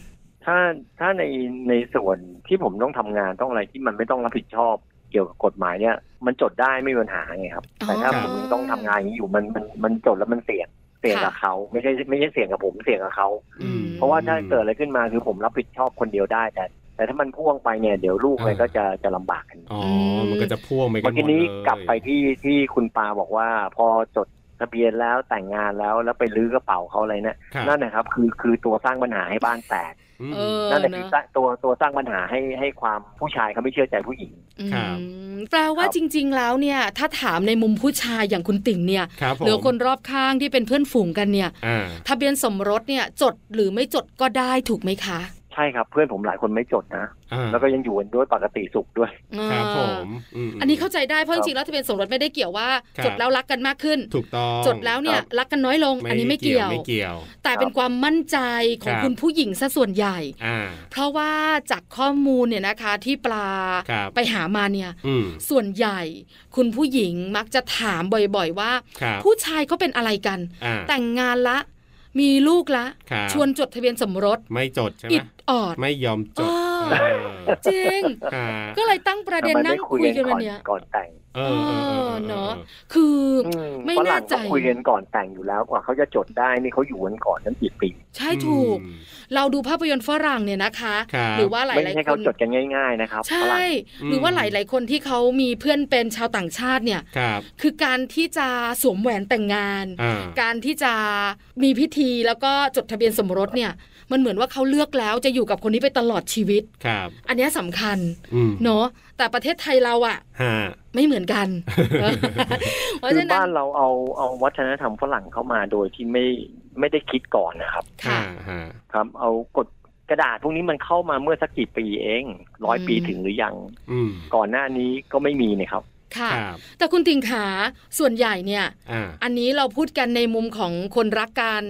S5: ถ้าถ้าในในส่วนที่ผมต้องทำงานต้องอะไรที่มันไม่ต้องรับผิดชอบ เกี่ยวกับกฎหมายเนี่ย มันจดได้ไม่มีปัญหาไงครับ
S1: อ๋อ
S5: แต่ถ้าผมยังต้องทำงานอย่างนี้อยู่มันมันมันจดแล้วมันเสี่ยงเสี่ยง
S1: ค่ะ
S5: กับเขาไม่ใช่ไม่ใช่เสี่ยงกับผมเสี่ยงกับเขา
S1: อืม
S5: เพราะว่าถ้าเกิดอะไรขึ้นมาคือผมรับผิดชอบคนเดียวได้แต่ แต่ถ้ามันพ่วงไปเนี่ยเดี๋ยวลูกอะไรก็จะจะลำบากกัน
S2: อ๋อมันก็จะพ่วงไปกัน
S5: เมื่อ
S2: หม
S5: กี้
S2: ด
S5: นี้
S2: เลย
S5: กลับไปที่ที่คุณปาบอกว่า พอจดทะเบียนแล้วแต่งงานแล้วแล้วไปลื้อกระเป๋าเขาอะไรเนี่ย
S2: ครับ
S5: นั่นนะครับคือคือตัวสร้างปัญหาให้บ้านแตก
S2: อืม
S1: เออ
S5: นั่นแหละ
S1: เน
S5: คือ
S1: อะ
S5: สร้างตัวตัวสร้างปัญหาให้ให้ความผู้ชายเขาไม่เชื่อใจผู้หญิง
S1: อื
S2: ครับ
S1: มแปลว่า
S5: ครับ
S1: จริง ๆ แล้วเนี่ย ถ้าถามในมุมผู้ชายอย่างคุณติ่งเนี่ย
S2: ครับผม
S1: หรือคนรอบข้างที่เป็นเพื่อนฝูงกันเนี่ย
S2: อ่า
S1: ทะเบียนสมรสเนี่ยจดหรือไม่จดก็ได้ถูกไหมคะ
S5: ใช่ครับ เพื่อนผมหลายคนไม่จดนะ
S2: อ่า
S5: แล้วก็ยังอยู่กันด้วยปกติสุขด้วย
S2: ครับผมม
S1: อ่าอันนี้เข้าใจได้เพราะจริงๆแล้วทะเบียนสมรสไม่ได้เกี่ยวว่า
S2: ครับ
S1: จดแล้วรักกันมากขึ้น
S2: ถูกต้อง
S1: จดแล้วเนี่ย
S5: ครับ
S1: รักกันน้อยลง อันนี้ไม่เกี่ยว
S2: ไม่เกี่ยว
S1: แต่เป็นความมั่นใจของ
S2: ครับ
S1: คุณผู้หญิงซะส่วนใหญ่
S2: อ่า
S1: เพราะว่าจากข้อมูลเนี่ยนะคะที่ปลา
S2: ครับ
S1: ไปหามาเนี่ย
S2: อืม
S1: ส่วนใหญ่ คุณผู้หญิงมักจะถามบ่อยๆว่า
S2: ครับ
S1: ผู้ชายเขาเป็นอะไรกัน
S2: อ่า
S1: แต่งงานละ มีลูกละ
S2: ครับ
S1: ชวนจดทะเบียนสมรส
S2: ไม่จดใช่ไหม
S1: อิดออด
S2: ไม่ยอมจด
S1: เออ จริง
S2: เออ
S1: ก็เลยตั้งประเด็น
S5: ทำไม
S1: นั่
S5: ไม่
S1: ง
S5: คุ
S1: คุ
S5: ย
S1: ย
S5: กั
S1: กัน นวั
S5: ก่อน
S1: นเนี้ย
S5: ก่อนแต่ง
S2: เอ
S1: เอ
S2: อเออเออ
S1: อ
S2: ออ
S1: เนาะคือ ไม่
S5: ฝ
S1: แน่
S5: รั่ง
S1: ใจ
S5: เขาคุยกันก่อนแต่งอยู่แล้วกว่าเขาจะจดได้นี่เขาอยู่กันก่อนนั้นกี่ปี
S1: ใช่ถูก
S2: อืม
S1: เราดูภาพยนตร์ฝรั่งเนี่ยนะคะ
S2: ครับ
S1: หรือว่าหลา
S5: ไม่
S1: ย
S5: ใช่
S1: ๆค
S5: เขา
S1: น
S5: จดกันง่าย ๆ นะครับ
S1: ใช
S5: ฝรั่
S1: ่ห
S5: ง
S1: รือว่าหลาย ๆ คนที่เขามีเพื่อนเป็นชาวต่างชาติเนี่ย
S2: ครับ
S1: คือการที่จะสวมแหวนแต่งงาน
S2: อ่า
S1: การที่จะมีพิธีแล้วก็จดทะเบียนสมรสเนี่ย มันเหมือนว่าเขาเลือกแล้วจะอยู่กับคนนี้ไปตลอดชีวิต
S2: ครับ
S1: อันเนี้ยสำคัญ
S2: อืม
S1: เนาะ แต่ประเทศไทยเราอะ
S2: ฮะ
S1: ไม่เหมือนกัน เพราะ
S5: คือ
S1: ฉะนั้
S5: บ้าน
S1: น
S5: เราเอาเอาวัฒนธรรมฝรั่งเข้ามาโดยที่ไม่ไม่ได้คิดก่อนนะครับ
S1: *laughs* ค่ะ
S2: ฮะ
S5: ครับ เอากฎกระดาษพวกนี้มันเข้ามาเมื่อสักกี่ปีเองร้อย
S1: อืม
S5: ปีถึงหรือยัง
S2: อืม
S5: ก่อนหน้านี้ก็ไม่มีนะครับ
S1: ค่ะ
S2: ครับ
S1: แต่คุณติงขาส่วนใหญ่เนี่ย
S2: อ่า
S1: อันนี้เราพูดกันในมุมของคนรักกัน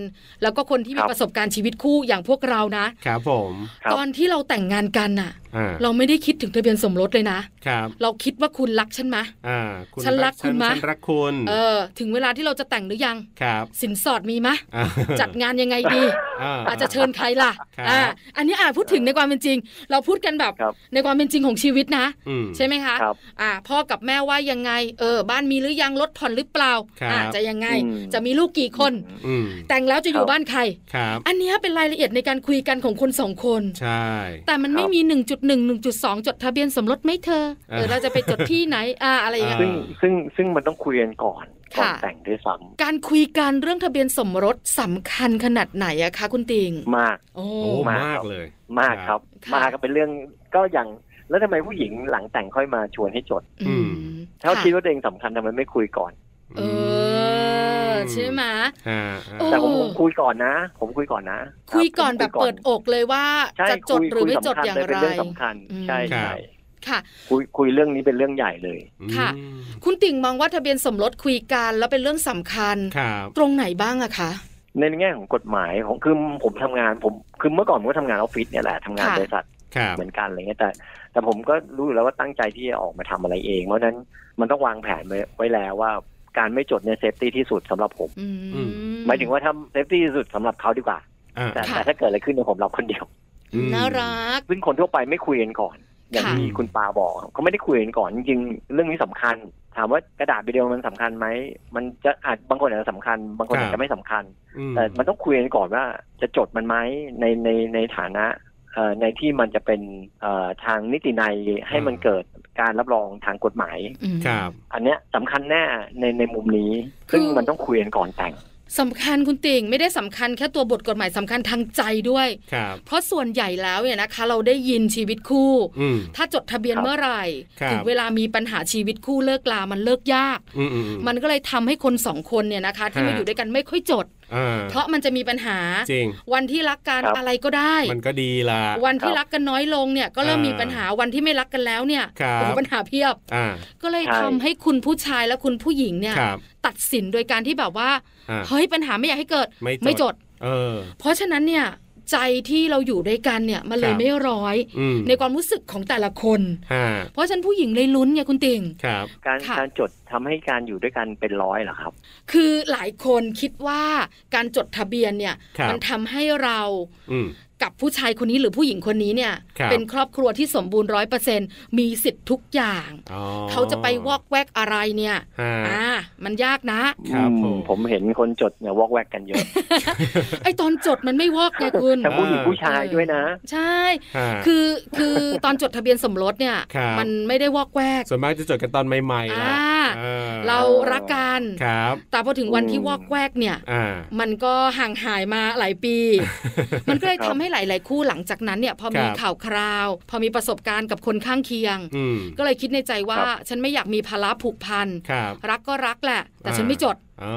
S1: แล้วก็คนที่มี
S5: ครับ
S1: ประสบการณ์ชีวิตคู่อย่างพวกเรานะ
S2: ครับผม
S5: ครับ
S1: ตอนที่เราแต่งงานกันน่ะ
S2: อ่า
S1: เราไม่ได้คิดถึงทะเบียนสมรสเลยนะ
S2: ครับ
S1: เราคิดว่าคุณรักฉันไหม
S2: อ่า คุณ
S1: ฉันรักคุณมะ
S2: ฉันรักคุณ
S1: เออ ถึงเวลาที่เราจะแต่งหรือยัง
S2: ครับ
S1: สินสอดมีไห
S5: *laughs*
S1: ม
S2: อ่า
S1: จัดงานยังไงดี
S2: อ่า
S1: อาจจะเชิญใครล่ะ
S2: ครับ
S1: อาอันนี้อาจพูดถึงในความเป็นจริง เราพูดกันแบบ
S5: ครับ
S1: ในความเป็นจริงของชีวิตนะ
S2: อืม
S1: ใช่ไหมคะ
S5: ครับ
S1: อ่าพ่อกับแม่ว่ายังไง เออ บ้านมีหรือยังรถผ่อนหรือเปล่า
S2: ครับ
S1: อาจะยังไง
S5: อืม
S1: จะมีลูกกี่คน
S2: อืม
S1: แต่งแล้วจะอยู่
S5: ครับ
S1: บ้านใคร
S2: ครับ
S1: อันเนี้ยเป็นรายละเอียดในการคุยกันของคนสองคน
S2: ใช่
S1: แต่มันไม่
S5: ครับ
S1: มี 1.1 1.2 จดทะเบียนสมรสไหมเธอ เออ
S2: อ่า
S1: เราจะไปจดที่ไหน อ่า อะไรอย่างเงี้ย
S2: อ่า
S5: ซึ่งซึ่งซึ่งมันต้องคุยกันก่อนก่อน
S1: ค่ะ
S5: แต่งด้วยซ้
S1: การคุยกันเรื่องทะเบียนสมรสสำคัญขนาดไหนอะคะคุณติง
S5: ำมาก
S1: โอ้
S2: โอ้มากเลย
S5: มากครับ
S1: ค่ะ
S5: มากก็เป็นเรื่องก็อย่างแล้วทำไมผู้หญิงหลังแต่งค่อยมาชวนให้จด
S1: อืม
S5: ถ้า
S1: ะ
S5: คิดว่าตัวเองสำคัญทำไมไม่คุยก่อน
S1: เออ ใช่ไหม
S2: ฮะ
S1: โอ้
S5: แต่ผมผมคุยก่อนนะ ผมคุยก่อนนะ
S1: คุยก่อน
S5: รั
S1: แบบเปิดอกเลยว่า
S5: ใช่
S1: จะจดห
S5: คุย
S1: รือไม่
S5: คุย
S1: จด
S5: สำ
S1: อ
S5: คัญ
S1: ย่าง
S5: เลยเป็
S1: ไร
S5: นเรื่องสำคัญ
S1: อืม
S5: ใช่ใช่
S1: ค่ะ
S5: คุยคุยเรื่องนี้เป็นเรื่องใหญ่เลย
S2: อืม
S1: ค่ะ คุณติ่งมองว่าทะเบียนสมรสคุยกันแล้วเป็นเรื่องสำคัญ
S2: ครับ
S1: ตรงไหนบ้างอะคะ
S5: ในแง่ของกฎหมายของคือผมทำงานผมคือเมื่อก่อนผมก็ทำงานออฟฟิศเนี่ยแหละทำงาน
S1: ค่ะ
S5: บริษัท
S2: ครับ
S5: เหมือนกันอะไรเงี้ยแต่ แต่ผมก็รู้อยู่แล้วว่าตั้งใจที่จะออกมาทำอะไรเอง เพราะฉะนั้นมันต้องวางแผนไว้ไว้แล้วว่าการไม่จดเนี่ยเซฟตี้ที่สุดสำหรับผม
S1: อืม
S5: หมายถึงว่าถ้าเซฟตี้ที่สุดสำหรับเขาดีกว่า
S2: อ่า
S5: แต่
S1: ค่ะ
S5: แต่ถ้าเกิดอะไรขึ้นเนี่ยผมรับคนเดียว
S2: อืม
S1: น่ารัก
S5: ซึ่งคนทั่วไปไม่คุยกันก่อน อย่าง
S1: ค่ะ
S5: ที่คุณปาบอกครับเขาไม่ได้คุยกันก่อนจริงๆเรื่องนี้สำคัญ ถามว่ากระดาษใบเดียวมันสำคัญไหมมันจะอาจบางคนอาจจะสำคัญ บางคน
S2: ครับ
S5: อาจจะไม่สำคัญ
S2: อืม
S5: แต่มันต้องคุยกันก่อนว่าจะจดมันไหมในในในฐานะเอ่อในที่มันจะเป็นเอ่อทางนิติในยให้มันเกิดการรับรองทางกฎหมาย
S1: อืม
S2: ครับ
S5: อันเนี้ยสำคัญแน่ในในมุมนี้ ซึ่ง
S1: คือ
S5: มันต้องคุยกันก่อนแต่ง
S1: สำคัญคุณติ่งไม่ได้สำคัญแค่ตัวบทกฎหมายสำคัญทางใจด้วย
S2: ครับ
S1: เพราะส่วนใหญ่แล้วเนี่ยนะคะ เราได้ยินชีวิตคู่
S2: อืม
S1: ถ้าจดทะเบียน
S5: ครับ
S1: เมื่อไหร่
S2: ครับ
S1: ถึงเวลามีปัญหาชีวิตคู่เลิกลามันเลิกยาก
S2: อืมอือื
S1: มันก็เลยทำให้คนสองคนเนี่ยนะคะ ที่มา
S2: ฮะ
S1: อยู่ด้วยกันไม่ค่อยจด
S2: อ่า
S1: เพราะมันจะมีปัญหา
S2: จริง
S1: วันที่รักกัน
S5: ครับ
S1: อะไรก็ได้
S2: มันก็ดีละ
S1: วันที่
S5: ครับ
S1: รักกันน้อยลงเนี่ยก็เริ่ม
S2: อ่ามี
S1: มีปัญหาวันที่ไม่รักกันแล้วเนี่ย
S2: ครับ
S1: โอ้โหปัญหาเพียบ
S2: อ่า
S1: ก็เลย
S5: ใช่
S1: ทำให้คุณผู้ชายและคุณผู้หญิงเนี่ย
S2: ครับ
S1: ตัดสินโดยการที่แบบว่า
S2: อ่า
S1: เฮ้ยปัญหาไม่อยากให้เกิด
S2: ไม่จด
S1: จด
S2: เออ
S1: เพราะฉะนั้นเนี่ยใจที่เราอยู่ด้วยกันเนี่ยมันเล
S2: ค
S1: ย
S2: รับ
S1: ไม่ร้อย
S2: อืม
S1: ในความรู้สึกของแต่ละคน
S2: ห้า
S1: เพราะฉะนั้นผู้หญิงเลยลุ้นไงคุณติ่ง
S2: ครับ
S5: การ
S1: ค่ะ
S5: การจดทำให้การอยู่ด้วยกันเป็นร้อยเหรอครับ
S1: คือหลายคนคิดว่าการจดทะเบียนเนี่ย
S2: ครับ
S1: มัทำให้เรา
S2: อืม
S1: กับผู้ชายคนนี้หรือผู้หญิงคนนี้เนี่ย
S2: ครับ
S1: เป็นครอบครัวที่สมบูรณ์ร้อยเปอร์เซ็นมีสิทธิ์ทุกอย่าง
S2: อ๋อ
S1: เขาจะไปวอกแวกอะไรเนี่ย
S2: ห้า
S1: อ่ามันยากนะ
S2: ครับ
S5: อื
S2: ผม
S5: ผมเห็นคนจดเนี่ยวอกแวกกันเยอะ
S1: ไอตอนจดมันไม่วอกไงคุณ
S5: ทั้งผู้หญิงผู้ชายด้วยนะ
S1: ใช่
S2: ห้า
S1: คือคือตอนจดทะเบียนสมรสเนี่ย
S2: ครับ
S1: มันไม่ได้วอกแวก
S2: ส่วนมากจะจดกันตอนใหม่ๆละ
S1: อ่า
S2: เออ
S1: เรารักกัน
S2: ครับ
S1: แต่พอถึงวัน
S5: อืม
S1: ที่วอกแวกเนี่ย
S2: อ่า
S1: มันก็ห่างหายมาหลายปี มันก็เลย
S5: ครับ
S1: ทำให้หลาย ๆ คู่หลังจากนั้นเนี่ย พอมี
S2: ครับ
S1: ข่าวคราว พอมีประสบการณ์กับคนข้างเคียง
S2: อืม
S1: ก็เลยคิดในใจว่าฉันไม่อยากมีภาระผูกพัน
S2: ครับ
S1: รักก็รักแหละ แต่
S2: อ่า
S1: ฉันไม่จด
S2: อ๋อ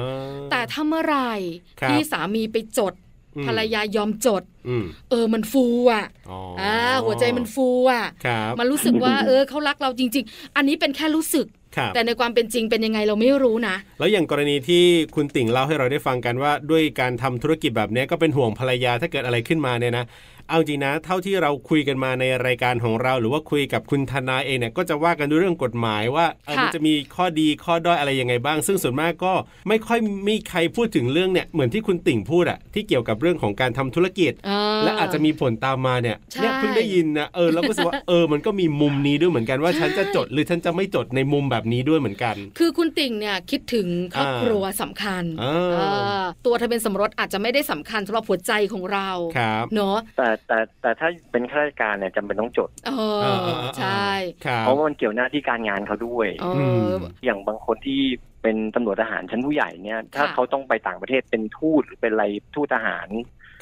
S1: แต่ถ้าเมื่อไหร่
S2: ครับ
S1: ที่สามีไปจด
S2: อืม
S1: ภรรยายอมจด
S2: อืม
S1: เออมันฟูอ่ะ
S2: อ๋ออ่
S1: อ่าหัวใจมันฟูอ่ะ
S2: ครับ
S1: มันรู้สึกว่า เออเขารักเราจริง ๆ อันนี้เป็นแค่รู้สึก
S2: ครับ
S1: แต่ในความเป็นจริงเป็นยังไงเราไม่รู้นะ
S2: แล้วอย่างกรณีที่คุณติ่งเล่าให้เราได้ฟังกันว่า ด้วยการทำธุรกิจแบบเนี้ยก็เป็นห่วงภรรยาถ้าเกิดอะไรขึ้นมาเนี่ยนะ เอาจริงนะ เท่าที่เราคุยกันมาในรายการของเรา หรือว่าคุยกับคุณธนาเองเนี่ยก็จะว่ากันด้วยเรื่องกฎหมายว่าเออ
S1: ค่ะ
S2: มันจะมีข้อดีข้อด้อยอะไรยังไงบ้าง ซึ่งส่วนมากก็ไม่ค่อยมีใครพูดถึงเรื่องเนี่ยเหมือนที่คุณติ่งพูดอะที่เกี่ยวกับเรื่องของการทำธุรกิจ
S1: เออ
S2: และอาจจะมีผลตามมาเนี่ย
S1: ใช่
S2: เนี่ยเพิ่งได้ยินนะเออแล้วก็รู้สึกว่าเออมันก็มีมุมนี้ด้วยเหมือนกันว่าฉันจะจดหรือฉันจะไม่จดในมุมแบบนี้ด้วยเหมือนกัน
S1: คือคุณติ่งเนี่ยคิดถึงครอบครัวสำคัญ
S2: อ่า
S1: เออตัวทะเบียนสมรสอาจจะไม่ได้สำคัญสำหรับหัวใจของเรา
S2: ครับ
S1: เนาะ
S5: แต่แต่แต่ถ้าเป็นข้าราชการเนี่ยจำเป็นต้องจด
S1: เอ
S2: เออ
S1: อ
S2: เออเออ
S1: ใช่
S2: ครับ
S5: เพราะว่ามันเกี่ยวหน้าที่การงานเขาด้วย
S1: เออ
S2: ม
S1: อ
S5: อย่างบางคนที่เป็นตำรวจทหารชั้นผู้ใหญ่เนี่ย ถ้า
S1: ค่ะ
S5: เขาต้องไปต่างประเทศเป็นทูตหรือเป็นอะไรทูตทหาร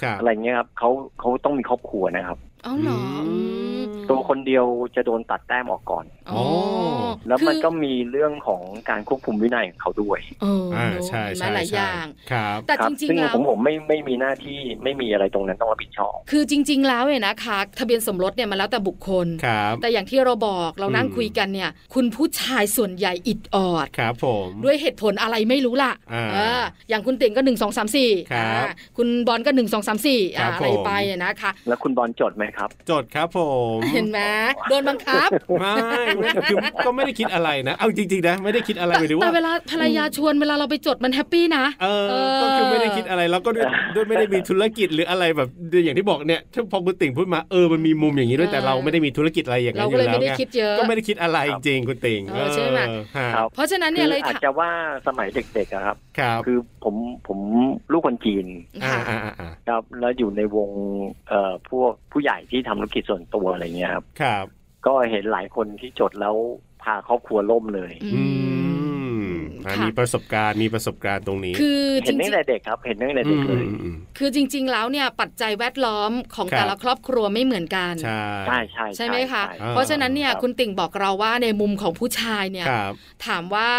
S2: ครับ
S5: อะไรเงี้ยครับเขาเขาต้องมีครอบครัวนะครับ
S1: เอาเหรออืม
S5: ตัวคนเดียวจะโดนตัดแต้มออกก่อน
S1: อ๋อ
S5: แล้วมันก็
S1: คือ
S5: มีเรื่องของการควบคุมวินัยของเขาด้วย
S1: เออ
S2: อ่า
S1: เนอะ
S2: ใช่
S1: เห็นไหม
S2: ใช่
S1: หลายอ
S2: ใช่
S1: ย่าง
S2: ครับ
S1: แต่
S5: ครั
S1: จริง
S5: ซึ่ง
S1: ๆแล้ว
S5: ผมผมไม่ไม่มีหน้าที่ไม่มีอะไรตรงนั้นต้องรับผิดชอบ
S1: คือจริง ๆ แล้วเนี่ยนะคะทะเบียนสมรสเนี่ยมันแล้วแต่บุคคล
S2: ครับ
S1: แต่อย่างที่เราบอกเรานั่ง
S2: อืม
S1: คุยกันเนี่ย คุณผู้ชายส่วนใหญ่อิดออด
S2: ครับผม
S1: ด้วยเหตุผลอะไรไม่รู้ล่ะ
S2: อ่า
S1: เอออย่างคุณติ่งก็ 1 2 3 4
S2: ครั
S1: อ่า
S2: บ
S1: คุณบอลก็ 1 2 3 4
S2: ครั
S1: อ่า
S2: บ
S1: อะไร
S2: ผม
S1: ไปอะนะคะ
S5: แล้วคุณบอลจดไหมครับ
S2: จดครับผม
S1: เห็นไหมโดนบังคับ
S2: ไม่ไม่คือก็ไม่ได้คิดอะไรนะ เอาจริงๆนะไม่ได้คิดอะไรหมายถึง
S1: แต่
S2: ว่า
S1: เวลาภรรยาชวนเวลาเราไปจดมันแฮปปี้นะ
S2: เออ
S1: เออ
S2: ก็คือไม่ได้คิดอะไรแล้วก็ด้วยด้วยไม่ได้มีธุรกิจหรืออะไรแบบอย่างที่บอกเนี่ยถ้าพอคุณติ่งพูดมาเออมันมีมุมอย่างนี้ด้วยแต่เราไม่ได้มีธุรกิจอะไรอย่าง
S1: เรา
S2: นั้นอ
S1: ก็เลย
S2: ยู่แล้
S1: ไม่
S2: ว
S1: ได้
S2: ไง
S1: คิดเยอะ
S2: ก็ไม่ได้คิดอะไรจริงๆคุณติ่ง
S1: เออใช่ไหม
S2: เออฮะ
S5: ครับ
S1: เพราะฉะนั้นเนี่ย
S5: คื
S1: เลย
S5: อาจ
S1: ถาม
S5: จะว่าสมัยเด็กๆอะครับ
S2: ครับ
S5: คือผมผมลูกคนจีน
S2: อ่า
S1: ค่ะ
S2: อ่าอ่าอ่า
S5: ครับแล้วอยู่ในวงเอ่อพวกผู้ใหญ่ที่ทำธุรกิจส่วนตัวอะไรเงี้ยครับ
S2: ครับ
S5: ก็เห็นหลายคนที่จดแล้วพาครอบครัวล่มเลย
S1: อืม
S2: อืมอ่ะ
S1: ค่ะ
S2: มีประสบการณ์มีประสบการณ์ตรงนี้
S1: คือจ
S5: เห็
S1: ริ
S5: น
S1: ง
S5: ตั้งแต่เด็กครับ เห็นตั้งแต่เด็กเลย
S2: อืมอืมอืม
S1: ๆคือจริง ๆ แล้วเนี่ยปัจจัยแวดล้อมของ
S2: ครับ
S1: แต่ละครอบครัวไม่เหมือนกัน
S2: ใช่
S5: ใช่ใช่
S1: ใช่ไหมคะ
S5: ใช่
S2: อ่า
S1: เพราะฉะนั้นเนี่ย
S5: ครับ
S1: คุณติ่งบอกเราว่าในมุมของผู้ชายเนี่ย
S2: ครับ
S1: ถามว่า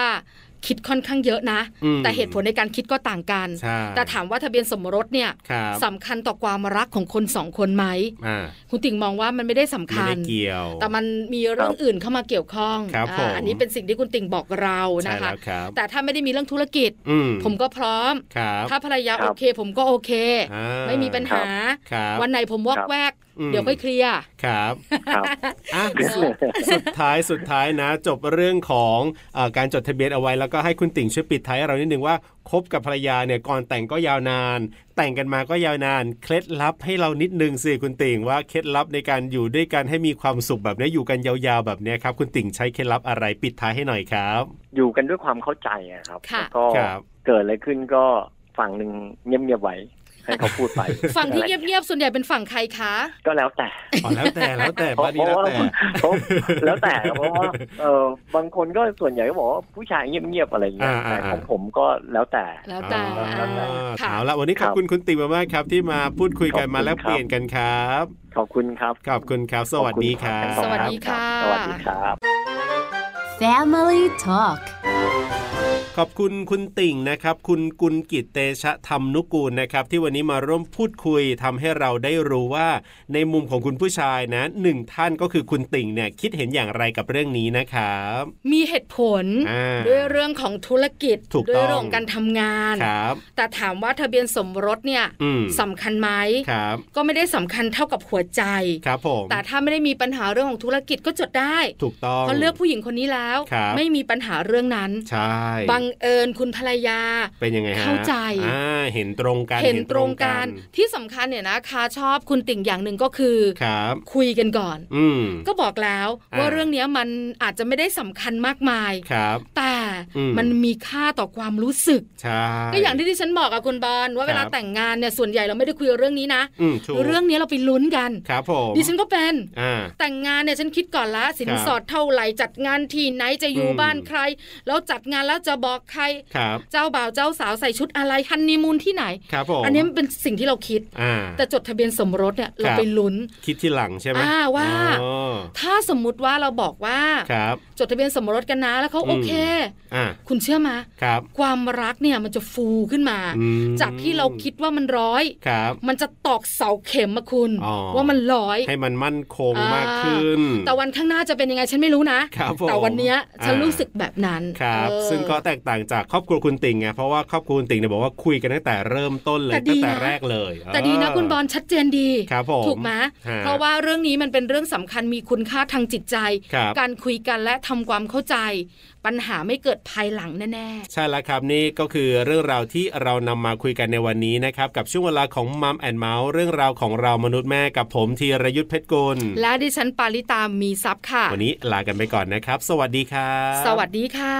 S1: คิดค่อนข้างเยอะนะ
S2: อืม
S1: แต่เหตุผลในการคิดก็ต่างกัน
S2: ใช่
S1: แต่ถามว่าทะเบียนสมรสเนี่ย
S2: ครับ
S1: สำคัญต่อความรักของคนสองคนไหม
S2: อ่า
S1: คุณติ่งมองว่ามันไม่ได้สำ
S2: ไม่
S1: คัญ
S2: ได้เกี่ยว
S1: แต่มันมีเรื่องอื่นเข้ามาเกี่ยวข้อง
S2: ครับ
S1: อา
S2: ผม
S1: อันนี้เป็นสิ่งที่คุณติ่งบอกเรา
S2: ใช่
S1: นะคะ
S2: แล้วครับ
S1: แต่ถ้าไม่ได้มีเรื่องธุรกิจ
S2: อืม
S1: ผมก็พร้อม
S2: ครับ
S1: ถ้าภรรยา
S5: ครั
S1: โอบ เค ผมก็โอเค
S2: อ่า
S1: ไม่มีปัญหา
S2: ครับ
S1: วันไหนผมวอกแวก
S2: ม
S1: เดี๋ยวค่อยเคลียร์
S2: ครับ
S1: *laughs*
S5: ครับ
S2: อ่ะสุดสุดท้ายสุดท้ายนะ จบเรื่องของเออการจดทะเบียนเอาไว้แล้วก็ให้คุณติ่งช่วยปิดท้ายให้เรานิดนึงว่าคบกับภรรยาเนี่ยก่อนแต่งก็ยาวนาน แต่งกันมาก็ยาวนาน เคล็ดลับให้เรานิดนึงสิคุณติ่งว่าเคล็ดลับในการอยู่ด้วยกันให้มีความสุขแบบเนี้ยอยู่กันยาวๆแบบเนี้ยครับคุณติ่งใช้เคล็ดลับอะไรปิดท้ายให้หน่อยครับ
S5: อยู่กันด้วยความเข้าใจอะครับ
S1: ค่ะ
S5: แล้วก็
S2: ครับ
S5: เกิดอะไรขึ้นก็ฝั่งหนึ่งเงียบๆไว้ ให้เขาพูดไป
S1: ฝั่งที่เงียบๆส่วนใหญ่เป็นฝั่งใครคะ
S5: ก็แล้วแต่
S2: อ๋อแล้วแต่แล้ว
S5: *laughs*
S2: แต่บ้านนี้แล้วแต่
S5: เพรา *laughs* ะแล้วแต่เพราะว่าเออบางคนก็ส่วนใหญ่ก็บอกว่าผู้ชายเงียบๆอะไรอย่างเงี้ย
S2: อ่าอ่า
S5: แต่
S2: อ่า
S5: ของผมก็แล้วแต่
S1: แล้วแต่
S2: อ่า
S1: อ่าค่ะ
S2: เอาละวันนี้ขอบ
S5: ครับ
S2: คุณคุณติมมากๆครับ ที่มาพูดคุยกัน
S5: ขอบคุณ
S2: มาแลก
S5: ครับ
S2: เปลี่ยนกันครับ
S5: ขอบคุณครับ
S2: ขอบคุณครับ สวัสดีครับ
S5: ขอณ
S1: สวัสดีค่ะ
S5: สวัสดีครับ
S4: Family Talk
S2: ขอบคุณคุณติ่งนะครับ คุณกุลกิจเตชะธรรมนุกูลนะครับ ที่วันนี้มาร่วมพูดคุยทำให้เราได้รู้ว่า ในมุมของคุณผู้ชายนะหนึ่งท่านก็คือคุณติ่งเนี่ยคิดเห็นอย่างไรกับเรื่องนี้นะครับ
S1: มีเหตุผล
S2: อ่า
S1: ด้วยเรื่องของธุรกิจ
S2: ถูกต้อง
S1: ด้วยเรื่องของการทำงาน
S2: ครับ
S1: แต่ถามว่าทะเบียนสมรสเนี่ย
S2: อืม
S1: สำคัญไหม
S2: ครับ
S1: ก็ไม่ได้สำคัญเท่ากับหัวใจ
S2: ครับผม
S1: แต่ถ้าไม่ได้มีปัญหาเรื่องของธุรกิจก็จดได้
S2: ถูกต้อง
S1: เพราะเลือกผู้หญิงคนนี้แล้ว
S2: ครับ
S1: ไม่มีปัญหาเรื่องนั้น
S2: ใช่
S1: บังเอิญคุณภรรยา
S2: เป็นยังไงฮะ
S1: เข้าใจ
S2: อ่าเห็นตรงกัน
S1: เห็นตรงกันที่สำคัญเนี่ยนะคะชอบคุณติ่งอย่างหนึ่งก็คือ
S2: ครับ
S1: คุยกันก่อน
S2: อืม
S1: ก็บอกแล้ว
S2: อ่า
S1: ว่าเรื่องเนี้ยมันอาจจะไม่ได้สำคัญมากมาย
S2: ครับ
S1: แต่
S2: อืม
S1: มันมีค่าต่อความรู้สึก
S2: ใช่
S1: ก็อย่างที่ที่ฉันบอกอะคุณบอลว่าเวลา
S2: ครับ
S1: แต่งงานเนี่ยส่วนใหญ่เราไม่ได้คุยเรื่องนี้นะ
S2: อืมถูก
S1: เรื่องนี้เราไปลุ้นกัน
S2: ครับผม
S1: ดิฉันก็เป็น
S2: อ่า
S1: แต่งงานเนี่ยฉันคิดก่อนละสินสอดเท่าไหร่จัดงานที่ไหนจะอยู่
S2: อืม
S1: บ้านใคร แล้วจัดงานแล้วจะบอกใคร
S2: ครับ
S1: เจ้าบ่าวเจ้าสาวใส่ชุดอะไรฮันนีมูนที่ไหน
S2: ครับผม
S1: อันนี้มันเป็นสิ่งที่เราคิด
S2: อ่า
S1: แต่จดทะเบียนสมรสเนี่ยเรา
S2: ครับ
S1: ไปลุ้น
S2: คิดที่หลังใช่ไหม
S1: อ่าว่า
S2: อ๋อ
S1: ถ้าสมมุติว่าเราบอกว่า
S2: ครับ
S1: จดทะเบียนสมรสกันนะแล้วเขา
S2: อืม
S1: โอเค
S2: อ่า
S1: คุณเชื่อมา
S2: ครับ
S1: ความรักเนี่ยมันจะฟูขึ้นมา
S2: อืม
S1: จากที่เราคิดว่ามันร้อย
S2: ครับ
S1: มันจะตอกเสาเข็มมาคุณ
S2: อ๋อ
S1: ว่ามันร้อย
S2: ให้มันมั่นคง
S1: อ่าม
S2: มากขึ้น
S1: แต่วันข้างหน้าจะเป็นยังไงฉันไม่รู้นะ
S2: ครับผม
S1: แต่วันเนี้ยฉัน
S2: อ่า
S1: รู้สึกแบบนั้น
S2: ครับ
S1: เออ
S2: ซึ่งก็แตกต่างจากครอบครัวคุณติ่งไงเพราะว่าครอบครัวคุณติ่งเนี่ยบอกว่าคุยกันตั้งแต่เริ่มต้นเลย
S1: แต่ดี
S2: ตั้งแต่
S1: นะ
S2: แรกเลย
S1: แต่ดีนะคุณบอลชัดเจนดี
S2: ครับผม
S1: ถูกไหม
S2: ฮะ
S1: เพราะว่าเรื่องนี้มันเป็นเรื่องสำคัญมีคุณค่าทางจิตใจ
S2: ครับ
S1: การคุยกันและทำความเข้าใจ ปัญหาไม่เกิดภายหลังแน่
S2: ใช่แล้วครับนี่ก็คือเรื่องราวที่เรานำมาคุยกันในวันนี้นะครับ กับช่วงเวลาของมัมแอนเมาส์เรื่องราวของเรามนุษย์แม่กับผมธีรยุทธเพชรกุล
S1: ๆ และดิฉันปาริตามีซัพ์ค่ะ
S2: วันนี้ลากันไปก่อนนะครับ สวัสดีครับ
S1: สวัสดีค่ะ